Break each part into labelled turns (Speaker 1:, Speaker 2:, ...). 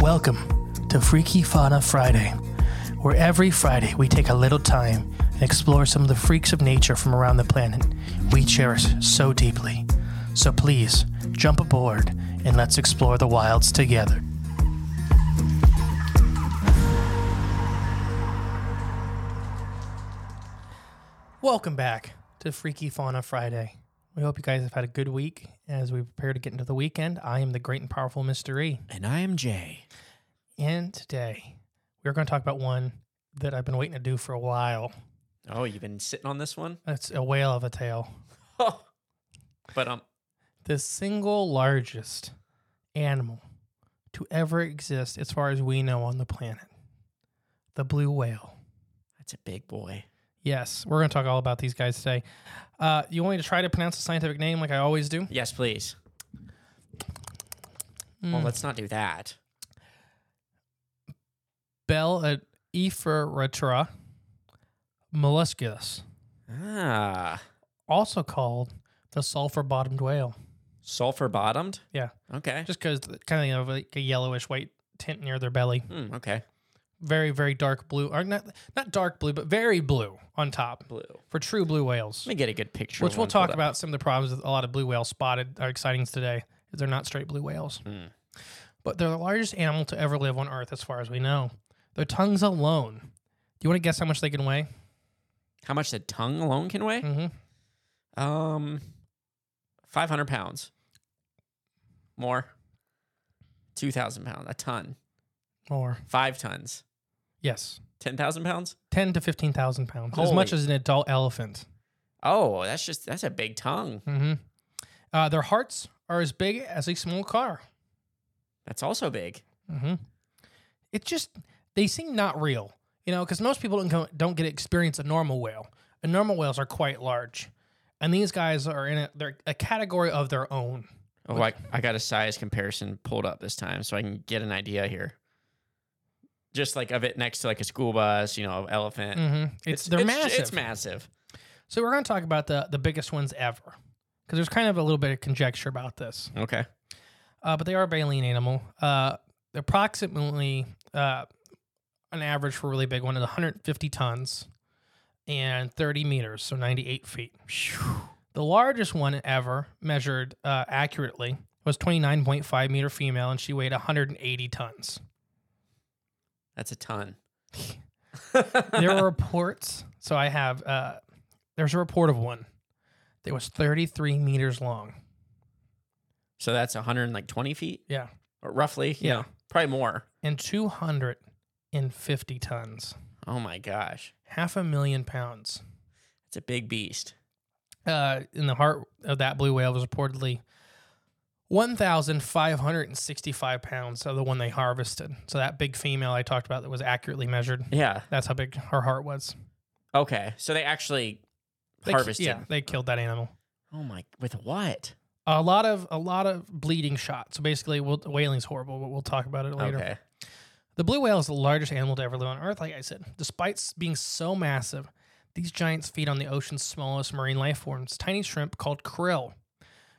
Speaker 1: Welcome to Freaky Fauna Friday, where every Friday we take a little time and explore some of the freaks of nature from around the planet we cherish so deeply. So please jump aboard and let's explore the wilds together. Welcome back to Freaky Fauna Friday. We hope you guys have had a good week as we prepare to get into the weekend. I am the great and powerful Mr. E.
Speaker 2: And I am Jay.
Speaker 1: And today we're going to talk about one that I've been waiting to do for a while.
Speaker 2: Oh, you've been sitting on this one?
Speaker 1: It's a whale of a tale.
Speaker 2: but um
Speaker 1: The single largest animal to ever exist, as far as we know, on the planet the blue whale.
Speaker 2: that's a big boy.
Speaker 1: Yes, we're going to talk all about these guys today. Uh, you want me to try to pronounce the scientific name like I always do?
Speaker 2: Yes, please. Well, let's not do that.
Speaker 1: Bell at Epheretra molluscus,
Speaker 2: Ah.
Speaker 1: also called the sulfur bottomed whale.
Speaker 2: Sulfur bottomed?
Speaker 1: Yeah.
Speaker 2: Okay.
Speaker 1: just because kind of like a yellowish white tint near their belly.
Speaker 2: Hmm, okay.
Speaker 1: Very, very dark blue, or not not dark blue, but very blue on top
Speaker 2: Blue.
Speaker 1: for true blue whales,
Speaker 2: Let me get a good picture.
Speaker 1: which
Speaker 2: of
Speaker 1: we'll
Speaker 2: one pulled
Speaker 1: talk
Speaker 2: up.
Speaker 1: about some of the problems that a lot of blue whales spotted are exciting today. Is they're not straight blue whales,
Speaker 2: Hmm.
Speaker 1: but they're the largest animal to ever live on Earth, as far as we know. Their tongues alone. Do you want to guess how much they can weigh?
Speaker 2: How much the tongue alone can weigh?
Speaker 1: Mm-hmm.
Speaker 2: Um, five hundred pounds. More. Two thousand pounds. A ton.
Speaker 1: Or
Speaker 2: Five tons.
Speaker 1: yes,
Speaker 2: Ten thousand pounds.
Speaker 1: ten to fifteen thousand pounds, as much
Speaker 2: Holy.
Speaker 1: as an adult elephant.
Speaker 2: Oh, that's just that's a big tongue.
Speaker 1: Mm-hmm. Uh, their hearts are as big as a small car.
Speaker 2: That's also big.
Speaker 1: Mm-hmm. It just they seem not real, you know, because most people don't go, don't get to experience a normal whale. And normal whales are quite large, and these guys are in a they're a category of their own.
Speaker 2: Oh, I, I got a size comparison pulled up this time so I can get an idea here. Just like of it next to like a school bus, you know, elephant.
Speaker 1: Mm-hmm. It's, they're massive.
Speaker 2: It's massive.
Speaker 1: so we're going to talk about the the biggest ones ever, because there's kind of a little bit of conjecture about this.
Speaker 2: Okay.
Speaker 1: uh, but they are a baleen animal. Uh, approximately uh, an average for a really big one is 150 tons and 30 meters, so 98 feet. The largest one ever measured uh, accurately was 29.5 meter female, and she weighed 180 tons.
Speaker 2: That's a ton.
Speaker 1: There were reports, so I have uh, there's a report of one that was 33 meters long.
Speaker 2: So so that's 120 feet
Speaker 1: Yeah,
Speaker 2: or roughly. you
Speaker 1: Yeah.
Speaker 2: know, probably more.
Speaker 1: and 250 tons,
Speaker 2: Oh my gosh.
Speaker 1: half a million pounds.
Speaker 2: It's a big beast.
Speaker 1: uh, in the heart of that blue whale was reportedly 1,565 pounds of the one they harvested. So that big female I talked about that was accurately measured.
Speaker 2: Yeah.
Speaker 1: That's how big her heart was.
Speaker 2: Okay. So they actually
Speaker 1: They,
Speaker 2: harvested.
Speaker 1: Yeah, they killed that animal.
Speaker 2: Oh my. With what?
Speaker 1: A lot of a lot of bleeding shots. So basically, we'll, whaling's horrible, but we'll talk about it later.
Speaker 2: Okay.
Speaker 1: The blue whale is the largest animal to ever live on Earth, like I said. Despite s- being so massive, these giants feed on the ocean's smallest marine life forms, tiny shrimp called krill.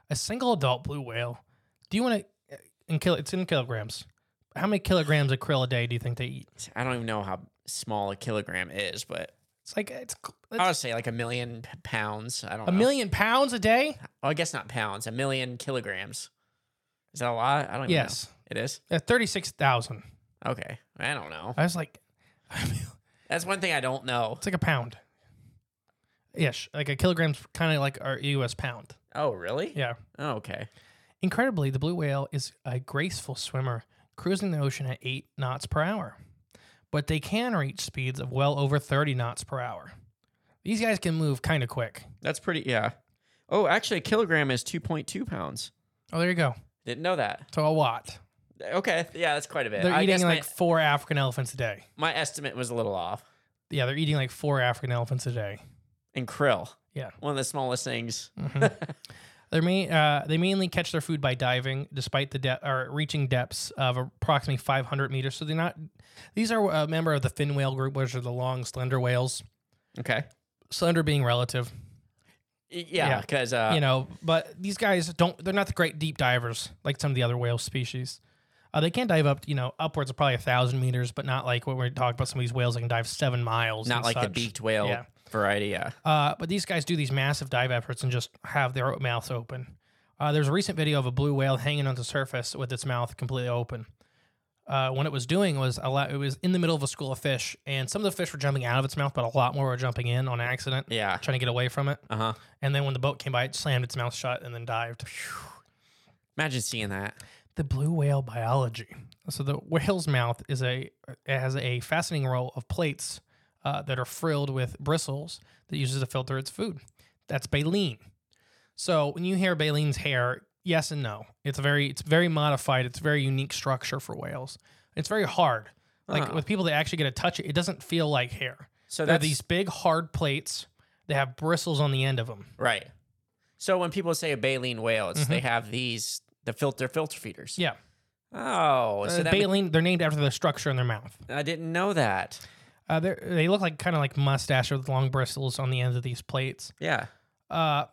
Speaker 1: A single adult blue whale. Do you want to? And kill it's in kilograms. How many kilograms of krill a day do you think they eat?
Speaker 2: I don't even know how small a kilogram is, but
Speaker 1: It's like uh, it's, c-
Speaker 2: I
Speaker 1: it's
Speaker 2: would say like a million p- pounds. I don't
Speaker 1: a
Speaker 2: know.
Speaker 1: million pounds a day.
Speaker 2: Well, I guess not pounds, a million kilograms. Is that a lot? I don't even
Speaker 1: Yes,
Speaker 2: know. It is?
Speaker 1: at thirty-six thousand.
Speaker 2: Okay. I don't know.
Speaker 1: I was like,
Speaker 2: That's one thing I don't know.
Speaker 1: it's like a pound. Yes, like a kilogram's kind of like our U.S. pound.
Speaker 2: Oh, really?
Speaker 1: Yeah.
Speaker 2: Oh, okay.
Speaker 1: Incredibly, the blue whale is a graceful swimmer, cruising the ocean at 8 knots per hour. But they can reach speeds of well over 30 knots per hour. These guys can move kind of quick.
Speaker 2: That's pretty, yeah. Oh, actually, a kilogram is 2.2 pounds.
Speaker 1: Oh, there you go.
Speaker 2: Didn't know that.
Speaker 1: So a lot.
Speaker 2: Okay. Yeah, that's quite a bit.
Speaker 1: They're
Speaker 2: I guess
Speaker 1: eating like four African elephants a day.
Speaker 2: my, my estimate was a little off.
Speaker 1: Yeah, they're eating like four African elephants a day.
Speaker 2: And krill.
Speaker 1: Yeah.
Speaker 2: One of the smallest things.
Speaker 1: Mhm. They're main, uh, they mainly catch their food by diving, despite the de- or reaching depths of approximately 500 meters. So they're not. These are a member of the fin whale group, which are the long, slender whales.
Speaker 2: Okay.
Speaker 1: Slender being relative.
Speaker 2: Y- Yeah,
Speaker 1: Yeah.
Speaker 2: because, uh,
Speaker 1: you know, but these guys don't, they're not the great deep divers like some of the other whale species. Uh, they can dive up, you know, upwards of probably a thousand meters, but not like when we're talking about some of these whales that can dive seven miles.
Speaker 2: Not
Speaker 1: and
Speaker 2: like the
Speaker 1: such.
Speaker 2: beaked whale
Speaker 1: Yeah.
Speaker 2: variety. Yeah.
Speaker 1: Uh, but these guys do these massive dive efforts and just have their mouths open. Uh, there's a recent video of a blue whale hanging on the surface with its mouth completely open. Uh, what it was doing was a lot, it was in the middle of a school of fish, and some of the fish were jumping out of its mouth, but a lot more were jumping in on accident,
Speaker 2: Yeah.
Speaker 1: trying to get away from it.
Speaker 2: Uh huh.
Speaker 1: And then when the boat came by, it slammed its mouth shut and then dived.
Speaker 2: Imagine seeing that.
Speaker 1: the blue whale biology. So the whale's mouth is a it has a fascinating roll of plates uh, that are frilled with bristles that uses to filter its food. That's baleen. So when you hear baleen's hair, yes and no. It's very it's very modified. It's very unique structure for whales. It's very hard. Like
Speaker 2: Huh.
Speaker 1: with people that actually get to touch it, it doesn't feel like hair.
Speaker 2: So
Speaker 1: They're
Speaker 2: that's
Speaker 1: these big hard plates that have bristles on the end of them.
Speaker 2: right. So when people say a baleen whale, it's they have these the filter filter feeders.
Speaker 1: Mm-hmm. Yeah,
Speaker 2: Oh, so
Speaker 1: Uh,
Speaker 2: that ma-
Speaker 1: baleen. they're named after the structure in their mouth.
Speaker 2: I didn't know that.
Speaker 1: Uh, they're- they look like kind of like mustache with long bristles on the ends of these plates.
Speaker 2: Yeah.
Speaker 1: Uh,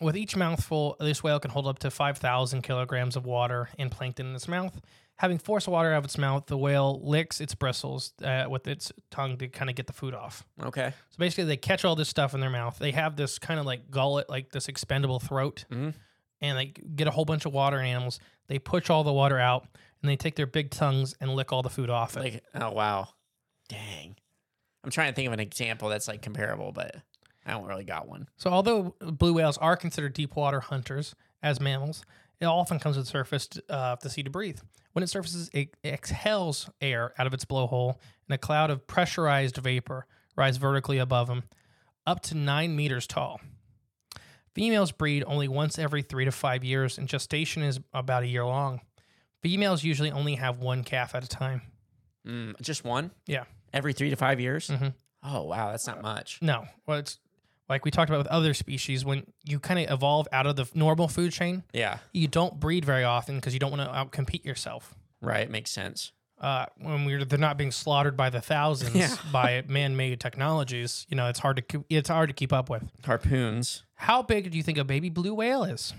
Speaker 1: with each mouthful, this whale can hold up to 5,000 kilograms of water and plankton in its mouth. Having forced water out of its mouth, the whale licks its bristles uh, with its tongue to kind of get the food off.
Speaker 2: Okay.
Speaker 1: So basically, they catch all this stuff in their mouth. They have this kind of like gullet, like this expendable throat,
Speaker 2: Mhm.
Speaker 1: and they get a whole bunch of water animals. They push all the water out, and they take their big tongues and lick all the food off. it.
Speaker 2: Like oh wow, dang. I'm trying to think of an example that's like comparable, but I don't really got one.
Speaker 1: So, although blue whales are considered deep water hunters as mammals, it often comes to the surface uh, of the sea to breathe. When it surfaces, it exhales air out of its blowhole, and a cloud of pressurized vapor rise vertically above them, up to nine meters tall. Females breed only once every three to five years, and gestation is about a year long. Females usually only have one calf at a time.
Speaker 2: Mm, just one.
Speaker 1: Yeah. Mm.
Speaker 2: Every three to five years.
Speaker 1: Mhm.
Speaker 2: Oh wow, that's not much.
Speaker 1: No, well, it's like we talked about with other species. When you kind of evolve out of the normal food chain,
Speaker 2: Yeah.
Speaker 1: you don't breed very often because you don't want to outcompete yourself.
Speaker 2: Right. Makes sense.
Speaker 1: Uh, when we're they're not being slaughtered by the thousands
Speaker 2: Yeah.
Speaker 1: by man-made technologies, you know it's hard to keep, it's hard to keep up with.
Speaker 2: Harpoons.
Speaker 1: How big do you think a baby blue whale is?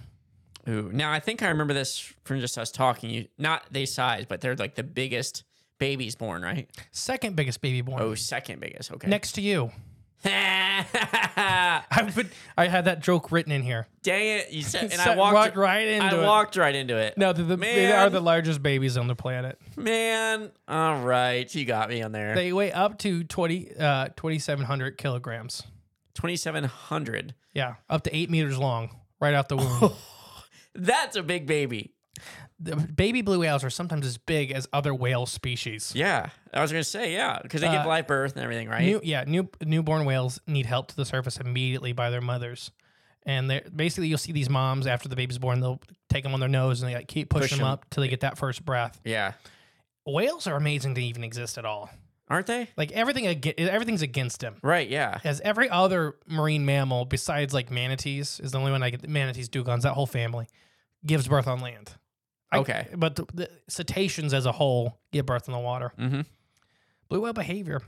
Speaker 2: Ooh. Now I think I remember this from just us talking. You not they size, but they're like the biggest babies born, right?
Speaker 1: Second biggest baby born.
Speaker 2: Oh, second biggest. Okay.
Speaker 1: Next to you,
Speaker 2: Dang
Speaker 1: I would I had that joke written in here.
Speaker 2: it! You said, and I
Speaker 1: Set-
Speaker 2: walked.
Speaker 1: walked right into
Speaker 2: I
Speaker 1: it.
Speaker 2: walked right into it.
Speaker 1: No, the, the, they are
Speaker 2: Man.
Speaker 1: the largest babies on the planet.
Speaker 2: man. All right, you got me on there.
Speaker 1: They weigh up to 20, uh, 2,700 kilograms.
Speaker 2: Twenty-seven hundred.
Speaker 1: Yeah, up to eight meters long, right out the womb.
Speaker 2: That's a big baby.
Speaker 1: The baby blue whales are sometimes as big as other whale species.
Speaker 2: Yeah, I was gonna say yeah because they give live birth and everything, right?
Speaker 1: Uh, New, yeah, new newborn whales need help to the surface immediately by their mothers, and they are basically you'll see these moms after the baby's born. They'll take them on their nose and they like keep pushing
Speaker 2: Push
Speaker 1: them
Speaker 2: 'em.
Speaker 1: up till they get that first breath.
Speaker 2: yeah,
Speaker 1: Whales are amazing to even exist at all.
Speaker 2: aren't they?
Speaker 1: Like everything, aga- everything's against them.
Speaker 2: Right. Yeah.
Speaker 1: As every other marine mammal besides like manatees is the only one I get. Manatees, dugongs, that whole family gives birth on land. I-
Speaker 2: Okay.
Speaker 1: but the, the cetaceans as a whole give birth in the water.
Speaker 2: Mm-hmm.
Speaker 1: Blue whale behavior.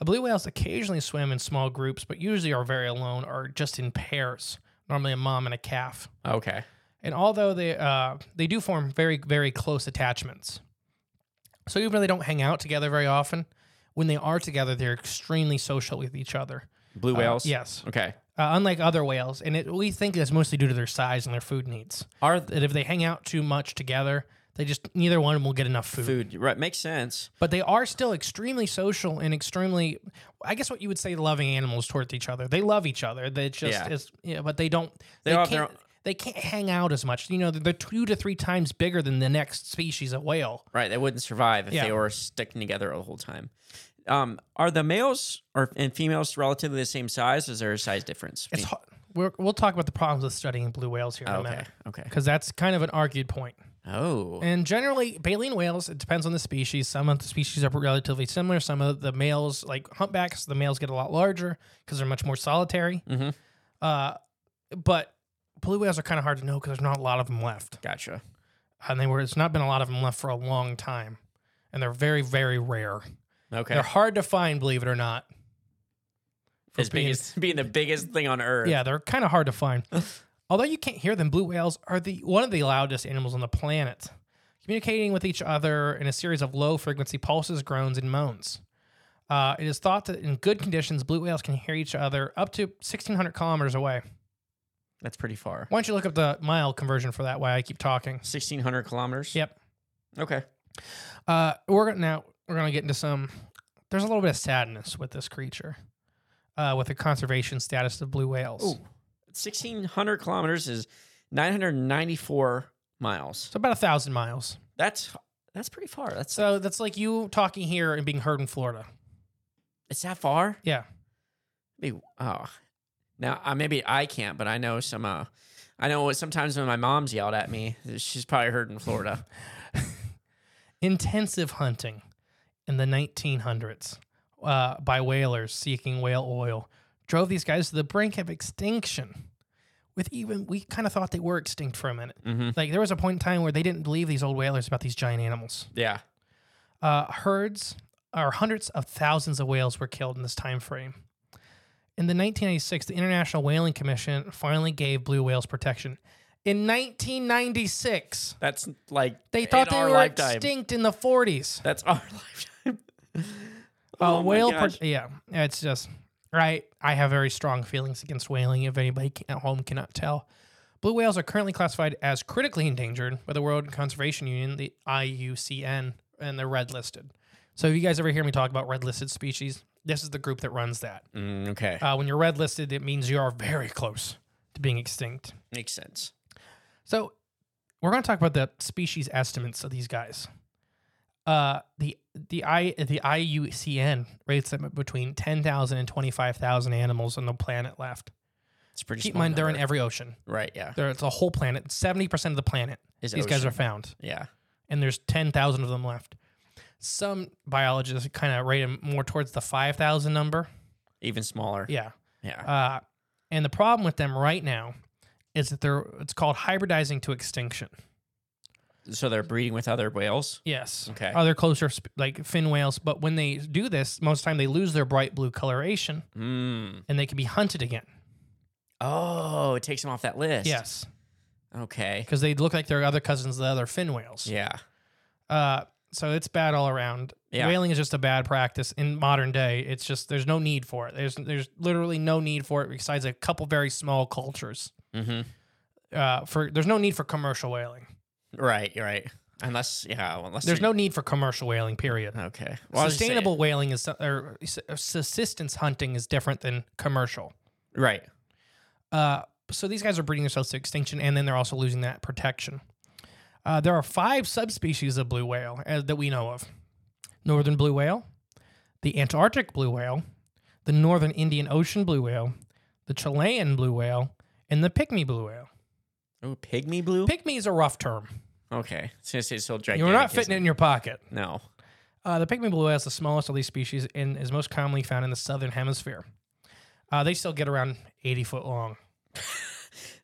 Speaker 1: Uh, blue whales occasionally swim in small groups, but usually are very alone or just in pairs, normally a mom and a calf.
Speaker 2: Okay.
Speaker 1: And although they uh, they do form very very close attachments, so even though they don't hang out together very often, when they are together, they're extremely social with each other.
Speaker 2: Blue
Speaker 1: Uh,
Speaker 2: whales.
Speaker 1: yes,
Speaker 2: Okay.
Speaker 1: uh, unlike other whales, and it, we think that's mostly due to their size and their food needs.
Speaker 2: Are
Speaker 1: That if they hang out too much together, they just neither one will get enough food.
Speaker 2: food right? Makes sense.
Speaker 1: but they are still extremely social and extremely i guess what you would say loving animals towards each other they love each other they just
Speaker 2: Yeah.
Speaker 1: is yeah, but they don't they,
Speaker 2: They all have their
Speaker 1: can't they can't hang out as much you know they're, they're two to three times bigger than the next species of whale
Speaker 2: Right, they wouldn't survive if
Speaker 1: Yeah.
Speaker 2: they were sticking together the whole time. Um, are the males or and females relatively the same size? Is there a size difference?
Speaker 1: it's hard. We're, we'll talk about the problems with studying blue whales here in a
Speaker 2: okay,
Speaker 1: minute
Speaker 2: okay.
Speaker 1: because that's kind of an argued point
Speaker 2: Oh,
Speaker 1: and generally baleen whales it depends on the species some of the species are relatively similar some of the males like humpbacks the males get a lot larger because they're much more solitary
Speaker 2: hmm
Speaker 1: Uh, but blue whales are kind of hard to know because there's not a lot of them left,
Speaker 2: gotcha.
Speaker 1: and they were. It's not been a lot of them left for a long time, and they're very, very rare.
Speaker 2: Okay,
Speaker 1: They're hard to find, believe it or not.
Speaker 2: as being, as being the biggest thing on earth.
Speaker 1: Yeah, they're kind of hard to find. Although you can't hear them, blue whales are the one of the loudest animals on the planet. communicating with each other in a series of low frequency pulses, groans, and moans. Uh, it is thought that in good conditions, blue whales can hear each other up to 1,600 kilometers away.
Speaker 2: That's pretty far.
Speaker 1: Why don't you look up the mile conversion for that? Why I keep talking.
Speaker 2: 1,600 kilometers?
Speaker 1: Yep.
Speaker 2: Okay.
Speaker 1: Uh, we're gonna now we're gonna get into some. There's a little bit of sadness with this creature, uh, with the conservation status of blue whales.
Speaker 2: Ooh. 1,600 kilometers is 994 miles.
Speaker 1: So about a thousand miles.
Speaker 2: That's that's pretty far. That's
Speaker 1: So that's like you talking here and being heard in Florida.
Speaker 2: it's that far?
Speaker 1: Yeah.
Speaker 2: Be- Oh. Now, uh, maybe I can't, but I know some. Uh, I know sometimes when my mom's yelled at me, she's probably heard in Florida.
Speaker 1: Intensive hunting in the 1900s uh, by whalers seeking whale oil drove these guys to the brink of extinction. With even we kind of thought they were extinct for a minute.
Speaker 2: Mm-hmm.
Speaker 1: Like there was a point in time where they didn't believe these old whalers about these giant animals.
Speaker 2: Yeah.
Speaker 1: uh, herds or hundreds of thousands of whales were killed in this time frame. In the 1996, the International Whaling Commission finally gave blue whales protection. In 1996,
Speaker 2: That's like
Speaker 1: they
Speaker 2: in
Speaker 1: thought they
Speaker 2: our
Speaker 1: were
Speaker 2: lifetime.
Speaker 1: extinct in the 40s.
Speaker 2: That's our lifetime.
Speaker 1: Uh,
Speaker 2: Oh my
Speaker 1: whale,
Speaker 2: gosh.
Speaker 1: pro- yeah, it's just right. I have very strong feelings against whaling. If anybody can- at home cannot tell, blue whales are currently classified as critically endangered by the World Conservation Union, the IUCN, and they're red listed. So, if you guys ever hear me talk about red listed species, this is the group that runs that.
Speaker 2: Mm, okay,
Speaker 1: Uh, when you're red listed, it means you are very close to being extinct.
Speaker 2: makes sense.
Speaker 1: So we're going to talk about the species estimates of these guys. Uh, the the I the IUCN rates them at between 10,000 and 25,000 animals on the planet left.
Speaker 2: It's pretty.
Speaker 1: Keep in
Speaker 2: small
Speaker 1: mind they're in
Speaker 2: number.
Speaker 1: every ocean.
Speaker 2: right. Yeah,
Speaker 1: They're, it's a whole planet. 70% of the planet
Speaker 2: Is
Speaker 1: these guys
Speaker 2: ocean.
Speaker 1: are found
Speaker 2: Yeah,
Speaker 1: and there's 10,000 of them left. Some biologists kind of rate them more towards the 5,000 number.
Speaker 2: even smaller. Yeah,
Speaker 1: Yeah. Uh, and the problem with them right now is that they're it's called hybridizing to extinction.
Speaker 2: so they're breeding with other whales.
Speaker 1: Yes.
Speaker 2: Okay.
Speaker 1: Other closer sp- like fin whales, but when they do this, most of the time they lose their bright blue coloration
Speaker 2: Mm.
Speaker 1: and they can be hunted again.
Speaker 2: Oh, it takes them off that list.
Speaker 1: Yes,
Speaker 2: Okay.
Speaker 1: because they look like their other cousins, the other fin whales.
Speaker 2: Yeah.
Speaker 1: Uh, so it's bad all around.
Speaker 2: Yeah.
Speaker 1: Whaling is just a bad practice in modern day. It's just there's no need for it. There's there's literally no need for it besides a couple very small cultures.
Speaker 2: Mm-hmm.
Speaker 1: Uh, for there's no need for commercial whaling.
Speaker 2: Right. You're right. Unless yeah, well, unless
Speaker 1: There's
Speaker 2: you-
Speaker 1: no need for commercial whaling. Period.
Speaker 2: okay Well, I was just saying-
Speaker 1: Sustainable whaling is or subsistence hunting is different than commercial.
Speaker 2: Right.
Speaker 1: Uh, so these guys are breeding themselves to extinction, and then they're also losing that protection. Uh, there are five subspecies of blue whale uh, that we know of: northern blue whale, the Antarctic blue whale, the northern Indian Ocean blue whale, the Chilean blue whale, and the pygmy blue whale.
Speaker 2: Oh, pygmy blue.
Speaker 1: Pygmy is a rough term.
Speaker 2: okay. So it's, it's so gigantic.
Speaker 1: You're not fitting it in your pocket.
Speaker 2: it. No.
Speaker 1: Uh, the pygmy blue whale is the smallest of these species and is most commonly found in the southern hemisphere. Uh, they still get around 80 foot long.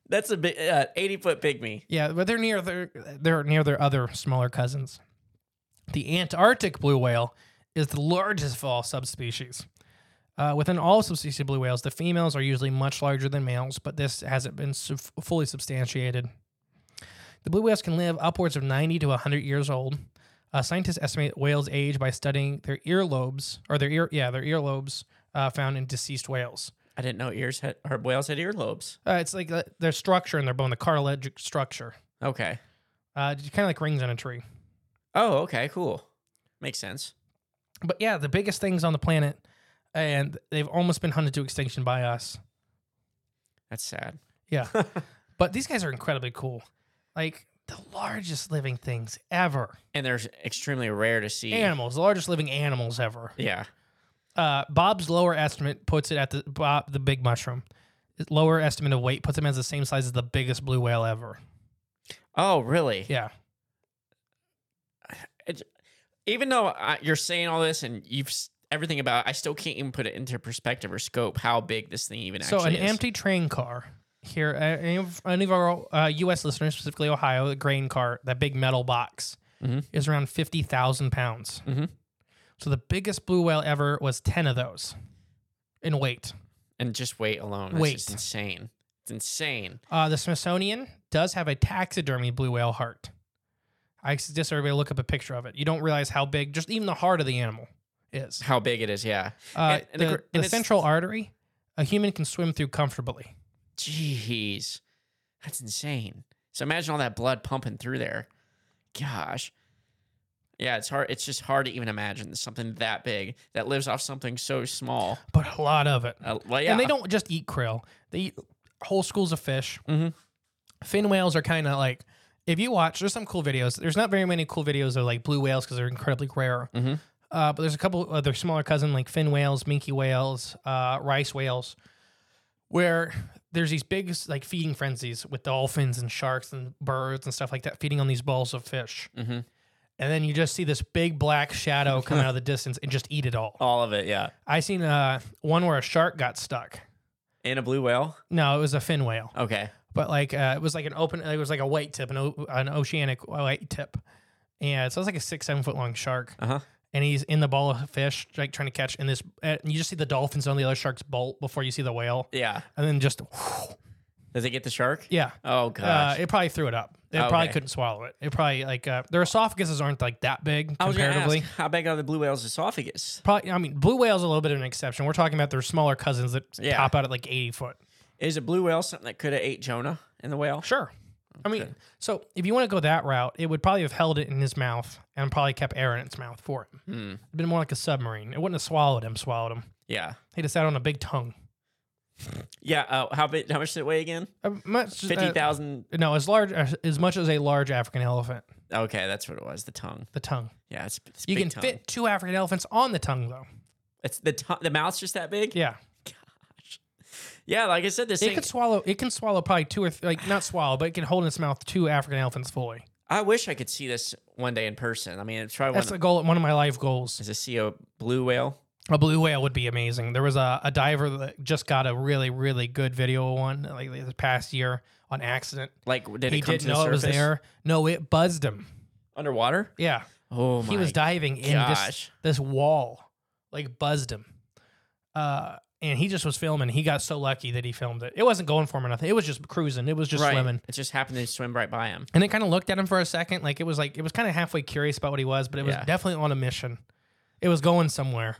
Speaker 2: That's a big uh, eighty foot pygmy.
Speaker 1: Yeah, but they're near their they're near their other smaller cousins. The Antarctic blue whale is the largest of all subspecies. Uh, within all subspecies of blue whales, the females are usually much larger than males, but this hasn't been su- fully substantiated. The blue whales can live upwards of 90 to 100 years old. Uh, scientists estimate whales' age by studying their earlobes, or their ear, yeah, their earlobes uh, found in deceased whales.
Speaker 2: I didn't know ears had or whales had earlobes.
Speaker 1: Uh, it's like uh, their structure in their bone, the cartilage structure,
Speaker 2: Okay.
Speaker 1: uh, kind of like rings on a tree.
Speaker 2: Oh, okay, cool. Makes sense.
Speaker 1: but yeah, the biggest things on the planet, and they've almost been hunted to extinction by us.
Speaker 2: That's sad.
Speaker 1: Yeah, but these guys are incredibly cool, like the largest living things ever.
Speaker 2: And they're extremely rare to see.
Speaker 1: Animals, the largest living animals ever.
Speaker 2: Yeah.
Speaker 1: Uh, Bob's lower estimate puts it at the Bob, the big mushroom. His lower estimate of weight puts him as the same size as the biggest blue whale ever.
Speaker 2: Oh, really?
Speaker 1: Yeah,
Speaker 2: Even though I, you're saying all this and you've s- everything about, it, I still can't even put it into perspective or scope how big this thing even
Speaker 1: so an
Speaker 2: actually is.
Speaker 1: empty train car here. Uh, any of- any of our uh, U.S. listeners, specifically Ohio, the grain cart, that big metal box,
Speaker 2: Mhm.
Speaker 1: is around fifty thousand pounds.
Speaker 2: Mhm.
Speaker 1: So the biggest blue whale ever was ten of those in weight.
Speaker 2: and just weight alone. That's
Speaker 1: Weight.
Speaker 2: just insane. It's insane.
Speaker 1: Uh, the Smithsonian does have a taxidermy blue whale heart. I suggest everybody look up a picture of it. You don't realize how big just even the heart of the animal is.
Speaker 2: How big it is, yeah.
Speaker 1: Uh,
Speaker 2: And- and the
Speaker 1: the
Speaker 2: gr- and
Speaker 1: the
Speaker 2: it's-
Speaker 1: central artery, a human can swim through comfortably.
Speaker 2: Jeez, that's insane. So imagine all that blood pumping through there. Gosh. Yeah, it's hard. It's just hard to even imagine something that big that lives off something so small.
Speaker 1: But a lot of it.
Speaker 2: Uh, well, yeah,
Speaker 1: And they don't just eat krill. They eat whole schools of fish.
Speaker 2: Mhm.
Speaker 1: Fin whales are kind of like if you watch. There's some cool videos. There's not very many cool videos of like blue whales because they're incredibly rare.
Speaker 2: Mhm.
Speaker 1: Uh, but there's a couple other smaller cousin like fin whales, minke whales, uh, rice whales, where there's these big like feeding frenzies with dolphins and sharks and birds and stuff like that feeding on these balls of fish.
Speaker 2: Mhm.
Speaker 1: And then you just see this big black shadow come out of the distance and just eat it all.
Speaker 2: all of it. Yeah,
Speaker 1: I seen uh, one where a shark got stuck.
Speaker 2: in a blue whale.
Speaker 1: No, it was a fin whale,
Speaker 2: Okay.
Speaker 1: but like uh, it was like an open. It was like a white tip, an, o- an oceanic white tip, and so it's like a six, seven foot long shark.
Speaker 2: Uh huh.
Speaker 1: And he's in the ball of fish, like trying to catch. And this, uh, and you just see the dolphins on the other shark's bolt before you see the whale,
Speaker 2: Yeah.
Speaker 1: and then just
Speaker 2: Does it get the shark?
Speaker 1: yeah,
Speaker 2: Oh
Speaker 1: uh,
Speaker 2: gosh. Oh,
Speaker 1: it probably threw it up. It
Speaker 2: Okay.
Speaker 1: probably couldn't swallow it. It probably like uh, their esophaguses aren't like that big
Speaker 2: I was gonna
Speaker 1: comparatively.
Speaker 2: ask, how big are the blue whale's esophagus?
Speaker 1: Probably, I mean, blue whale's a little bit of an exception. We're talking about their smaller cousins that
Speaker 2: Yeah.
Speaker 1: pop out at like eighty foot.
Speaker 2: Is a blue whale something that could have ate Jonah in the whale?
Speaker 1: Sure. I mean, so if you want to go that route, it would probably have held it in his mouth and probably kept air in its mouth for him.
Speaker 2: Hmm.
Speaker 1: It'd been more like a submarine. It wouldn't have swallowed him, swallowed him.
Speaker 2: Yeah.
Speaker 1: He'd have sat on a big tongue.
Speaker 2: Yeah. Uh, how big? How much did it weigh again?
Speaker 1: Uh, much, uh,
Speaker 2: Fifty thousand.
Speaker 1: no, as large as, as much as a large African elephant,
Speaker 2: okay, that's what it was. The tongue.
Speaker 1: the tongue.
Speaker 2: Yeah, it's, it's a
Speaker 1: You
Speaker 2: big
Speaker 1: can
Speaker 2: tongue.
Speaker 1: fit two African elephants on the tongue, though.
Speaker 2: It's the to- the mouth's just that big.
Speaker 1: Yeah.
Speaker 2: Yeah, like I said, this
Speaker 1: It
Speaker 2: thing.
Speaker 1: could swallow, it can swallow probably two or, th- like, not swallow, but it can hold in its mouth two African elephants fully.
Speaker 2: I wish I could see this one day in person. I mean, it's probably
Speaker 1: That's
Speaker 2: one.
Speaker 1: the goal, one of my life goals.
Speaker 2: Is to see a blue whale.
Speaker 1: A blue whale would be amazing. There was a, a diver that just got a really, really good video of one like this past year on accident.
Speaker 2: Like, did
Speaker 1: he
Speaker 2: it come
Speaker 1: didn't
Speaker 2: to the
Speaker 1: know it was
Speaker 2: surface
Speaker 1: there. No, it buzzed him.
Speaker 2: underwater?
Speaker 1: Yeah.
Speaker 2: Oh my!
Speaker 1: he was diving in this
Speaker 2: gosh.
Speaker 1: this wall. Like buzzed him. Uh and he just was filming. He got so lucky that he filmed it. It wasn't going for him or nothing. It was just cruising. It was just
Speaker 2: right.
Speaker 1: swimming.
Speaker 2: It just happened to swim right by him.
Speaker 1: And it kind of looked at him for a second. Like it was like it was kind of halfway curious about what he was, but it was
Speaker 2: Yeah.
Speaker 1: definitely on a mission. It was going somewhere.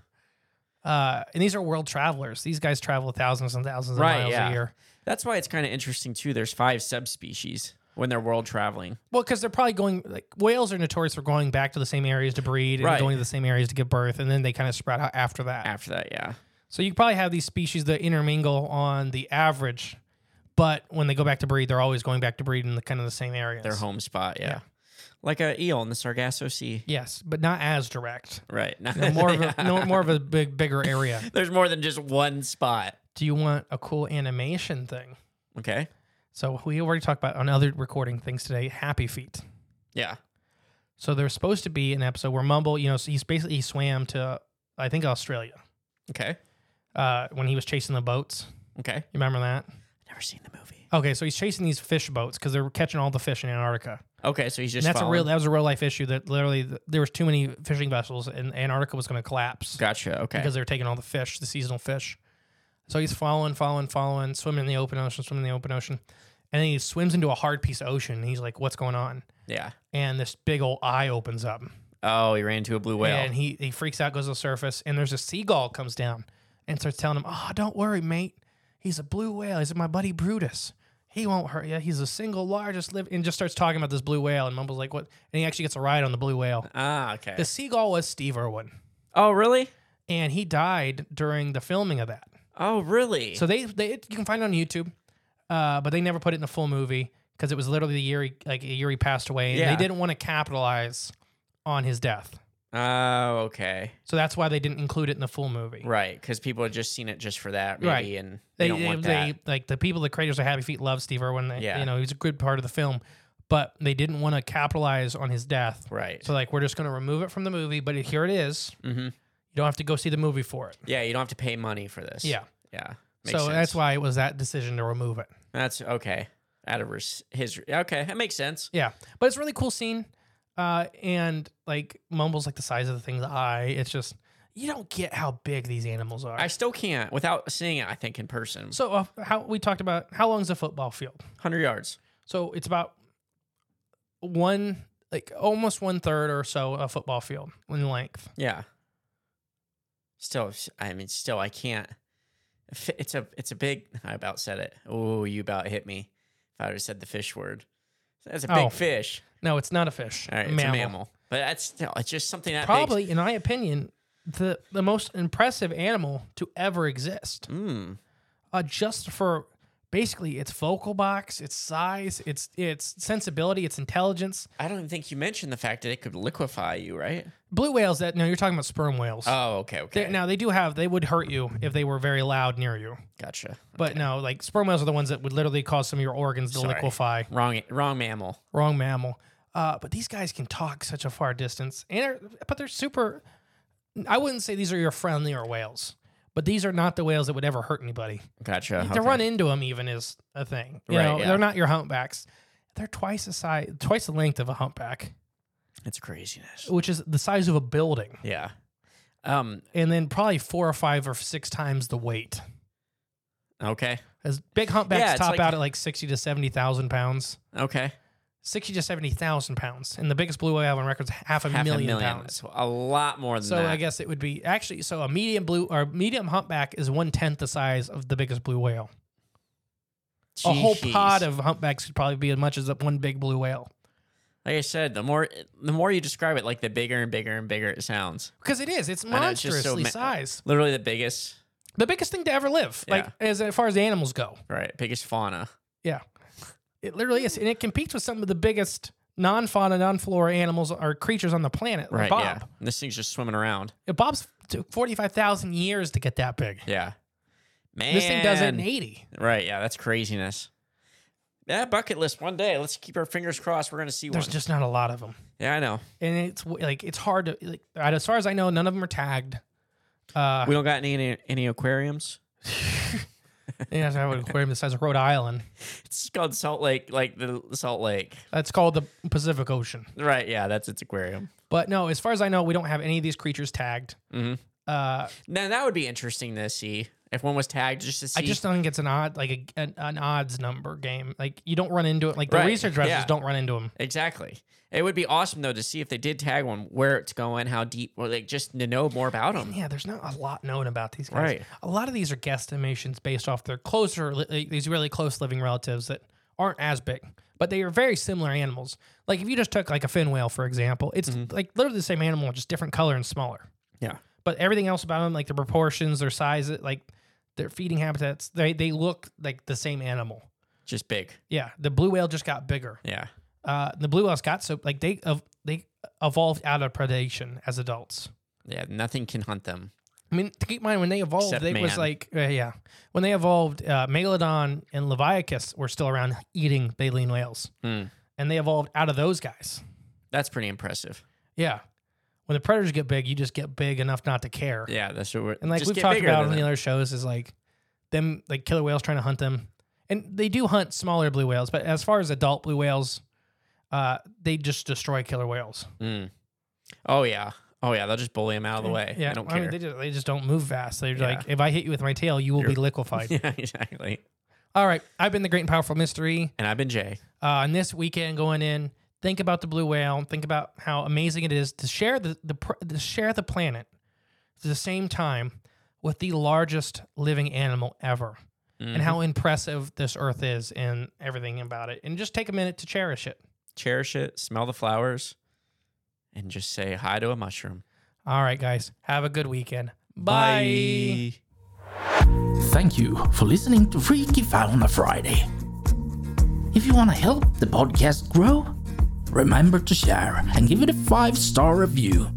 Speaker 1: Uh, and these are world travelers. These guys travel thousands and thousands of
Speaker 2: Right,
Speaker 1: miles
Speaker 2: yeah.
Speaker 1: a year.
Speaker 2: That's why it's kind of interesting too. There's five subspecies when they're world traveling.
Speaker 1: Well, because they're probably going like whales are notorious for going back to the same areas to breed and
Speaker 2: Right.
Speaker 1: going to the same areas to give birth, and then they kind of sprout out after that.
Speaker 2: After that, yeah,
Speaker 1: So you probably have these species that intermingle on the average, but when they go back to breed, they're always going back to breed in the kind of the same areas.
Speaker 2: their home spot, yeah,
Speaker 1: Yeah.
Speaker 2: like a eel in the Sargasso Sea.
Speaker 1: Yes, but not as direct.
Speaker 2: Right.
Speaker 1: No, more of a, no, more of a big bigger area.
Speaker 2: There's more than just one spot.
Speaker 1: Do you want a cool animation thing?
Speaker 2: Okay.
Speaker 1: So we already talked about on other recording things today. Happy Feet.
Speaker 2: Yeah.
Speaker 1: So there's supposed to be an episode where Mumble, you know, so he's basically he swam to I think Australia.
Speaker 2: Okay.
Speaker 1: uh, when he was chasing the boats.
Speaker 2: Okay.
Speaker 1: You remember that?
Speaker 2: Never seen the movie.
Speaker 1: Okay, so he's chasing these fish boats because they're catching all the fish in Antarctica.
Speaker 2: Okay, so he's just
Speaker 1: And that's a real
Speaker 2: following-
Speaker 1: that was a real life issue that literally th- there was too many fishing vessels and Antarctica was going to collapse
Speaker 2: Gotcha. Okay.
Speaker 1: because they were taking all the fish, the seasonal fish. So he's following, following, following, swimming in the open ocean, swimming in the open ocean, and then he swims into a hard piece of ocean. And he's like, "What's going on?"
Speaker 2: yeah.
Speaker 1: And this big old eye opens up,
Speaker 2: Oh, he ran into a blue whale.
Speaker 1: and he he freaks out, goes to the surface, and there's a seagull comes down and starts telling him, "Oh, don't worry, mate. He's a blue whale. He's my buddy Brutus. He won't hurt you. He's the single largest live." And just starts talking about this blue whale, and Mumble's like, "What?" And he actually gets a ride on the blue whale.
Speaker 2: ah, okay.
Speaker 1: The seagull was Steve Irwin,
Speaker 2: oh, really?
Speaker 1: and he died during the filming of that.
Speaker 2: Oh, really?
Speaker 1: So they they it, you can find it on YouTube, uh, but they never put it in the full movie because it was literally the year he, like a year he passed away, and
Speaker 2: Yeah.
Speaker 1: they didn't want to capitalize on his death.
Speaker 2: oh, okay.
Speaker 1: So that's why they didn't include it in the full movie.
Speaker 2: Right, because people had just seen it just for that, maybe,
Speaker 1: Right.
Speaker 2: and they, don't want that.
Speaker 1: like the people, the creators of Happy Feet love Steve Irwin. They,
Speaker 2: Yeah.
Speaker 1: You know, he's a good part of the film, but they didn't want to capitalize on his death.
Speaker 2: right.
Speaker 1: So like, we're just going to remove it from the movie, but here it is.
Speaker 2: mm-hmm.
Speaker 1: You don't have to go see the movie for it.
Speaker 2: Yeah, you don't have to pay money for this.
Speaker 1: Yeah.
Speaker 2: Yeah.
Speaker 1: so that's
Speaker 2: Makes sense.
Speaker 1: why it was that decision to remove it.
Speaker 2: That's okay. Out of res- his. Okay, that makes sense.
Speaker 1: Yeah. But it's a really cool scene. Uh, and like Mumble's like the size of the thing's eye. It's just, you don't get how big these animals are.
Speaker 2: I still can't without seeing it, I think, in person.
Speaker 1: so uh, how we talked about how long's a football field?
Speaker 2: 100 yards.
Speaker 1: So it's about one like almost one third or so of a football field in length.
Speaker 2: Yeah. Still, it's- I mean, still, I can't. if It's a, it's a big. I about said it. Oh, you about hit me. If I would have said the fish word, that's a big
Speaker 1: Oh.
Speaker 2: fish.
Speaker 1: No, it's not a fish.
Speaker 2: All right, it's a mammal. But that's still, it's just something that
Speaker 1: Probably, in my opinion, the the most impressive animal to ever exist.
Speaker 2: Big, mm,
Speaker 1: Uh, just for basically its vocal box, its size, its its sensibility, its intelligence.
Speaker 2: I don't even think you mentioned the fact that it could liquefy you, right?
Speaker 1: Blue whales. That no, you're talking about sperm whales.
Speaker 2: Oh, okay, okay.
Speaker 1: They- now they do have. They would hurt you if they were very loud near you.
Speaker 2: gotcha.
Speaker 1: But no, like sperm whales are the ones that would literally cause some of your organs to
Speaker 2: Sorry.
Speaker 1: liquefy.
Speaker 2: Wrong, wrong mammal.
Speaker 1: Wrong mammal. Uh, but these guys can talk such a far distance, and are, but they're super. I wouldn't say these are your friendlier whales, but these are not the whales that would ever hurt anybody.
Speaker 2: Gotcha.
Speaker 1: To
Speaker 2: Uh-huh. okay.
Speaker 1: run into them even is a thing. You
Speaker 2: Right,
Speaker 1: know,
Speaker 2: yeah.
Speaker 1: they're not your humpbacks. They're twice the size, twice the length of a humpback,
Speaker 2: It's craziness.
Speaker 1: which is the size of a building,
Speaker 2: Yeah. Um.
Speaker 1: and then probably four or five or six times the weight.
Speaker 2: Okay.
Speaker 1: As big humpbacks
Speaker 2: Yeah, it's
Speaker 1: top
Speaker 2: like-
Speaker 1: out at like sixty to seventy thousand pounds.
Speaker 2: Okay.
Speaker 1: 60 to 70,000 pounds. And the biggest blue whale on record is half a
Speaker 2: Half
Speaker 1: million
Speaker 2: a million.
Speaker 1: pounds.
Speaker 2: That's a lot more than
Speaker 1: So
Speaker 2: that.
Speaker 1: I guess it would be actually, so a medium blue or medium humpback is one tenth the size of the biggest blue whale. A whole
Speaker 2: Jeez.
Speaker 1: pod of humpbacks could probably be as much as one big blue whale.
Speaker 2: Like I said, the more the more you describe it, like the bigger and bigger and bigger it sounds.
Speaker 1: Because it is, it's
Speaker 2: know, it's just so
Speaker 1: monstrously
Speaker 2: ma-
Speaker 1: sized.
Speaker 2: Literally the biggest,
Speaker 1: The biggest thing to ever live, like as, as far as animals go.
Speaker 2: right? Biggest fauna.
Speaker 1: Yeah. It literally is. And it competes with some of the biggest non fauna, non flora animals or creatures on the planet. like
Speaker 2: Right. Yeah.
Speaker 1: Bob.
Speaker 2: And this thing's just swimming around.
Speaker 1: Bob's took 45,000 years to get that big.
Speaker 2: Yeah. Man.
Speaker 1: This thing does it in 80.
Speaker 2: Right. Yeah. That's craziness. That bucket list. One day, let's keep our fingers crossed. We're gonna see
Speaker 1: There's
Speaker 2: one.
Speaker 1: just not a lot of them,
Speaker 2: yeah, I know.
Speaker 1: and it's w- like it's hard to like. I- As far as I know, none of them are tagged. Uh,
Speaker 2: We don't got any any, any aquariums.
Speaker 1: yeah, so I have an aquarium the size of Rhode Island.
Speaker 2: It's called Salt Lake, like the Salt Lake.
Speaker 1: That's called the Pacific Ocean.
Speaker 2: Right. Yeah. That's its aquarium.
Speaker 1: But no, as far as I know, we don't have any of these creatures tagged.
Speaker 2: Mm-hmm.
Speaker 1: Uh,
Speaker 2: Now that would be interesting to see if one was tagged just to see.
Speaker 1: I just don't think it's an odd like a, an, an odds number game. Like you don't run into it. Like
Speaker 2: Right,
Speaker 1: the research references
Speaker 2: yeah.
Speaker 1: don't run into them.
Speaker 2: Exactly. It would be awesome though to see if they did tag one, where it's going, how deep, or like just to know more about them.
Speaker 1: Yeah, there's not a lot known about these guys.
Speaker 2: Right.
Speaker 1: A lot of these are guesstimations based off their closer, li- like, these really close living relatives that aren't as big, but they are very similar animals. Like if you just took like a fin whale, for example, it's like literally the same animal, just different color and smaller.
Speaker 2: Mm-hmm. Yeah.
Speaker 1: But everything else about them, like their proportions, their size, like their feeding habitats, they, they look like the same animal.
Speaker 2: Just big.
Speaker 1: Yeah, the blue whale just got bigger.
Speaker 2: Yeah.
Speaker 1: Uh, the blue whales got so like they ev- they evolved out of predation as adults.
Speaker 2: Yeah. Nothing can hunt them.
Speaker 1: I mean, to keep in mind when they evolved,
Speaker 2: Except
Speaker 1: they was
Speaker 2: man.
Speaker 1: like, uh, yeah, when they evolved, uh, Megalodon and Leviacus were still around eating baleen whales,
Speaker 2: Hmm.
Speaker 1: and they evolved out of those guys.
Speaker 2: That's pretty impressive.
Speaker 1: Yeah, when the predators get big, you just get big enough not to care.
Speaker 2: Yeah. That's what we're
Speaker 1: And like
Speaker 2: just
Speaker 1: we've
Speaker 2: get
Speaker 1: talked
Speaker 2: bigger
Speaker 1: about
Speaker 2: than
Speaker 1: on the
Speaker 2: them.
Speaker 1: other shows, is like them like killer whales trying to hunt them, and they do hunt smaller blue whales, but as far as adult blue whales, uh, they just destroy killer whales.
Speaker 2: Mm. Oh yeah. Oh yeah. They'll just bully them out of the way.
Speaker 1: Yeah,
Speaker 2: I don't
Speaker 1: mean,
Speaker 2: care.
Speaker 1: they, just, they just don't move fast. They're
Speaker 2: Yeah.
Speaker 1: like, if I hit you with my tail, you will be
Speaker 2: You're-
Speaker 1: liquefied.
Speaker 2: yeah. Exactly.
Speaker 1: All right, I've been the great and powerful mystery.
Speaker 2: And I've been Jay.
Speaker 1: uh, and this weekend going in, think about the blue whale. Think about how amazing it is to share the, the pr- to share the planet at the same time with the largest living animal ever, and how impressive this Earth is and everything about it. And just take a minute to cherish it.
Speaker 2: Mm-hmm. Cherish it. Smell the flowers. And just say hi to a mushroom.
Speaker 1: All right, guys, have a good weekend. Bye.
Speaker 2: Bye.
Speaker 3: Thank you for listening to Freaky Fauna Friday. If you want to help the podcast grow, remember to share and give it a five star review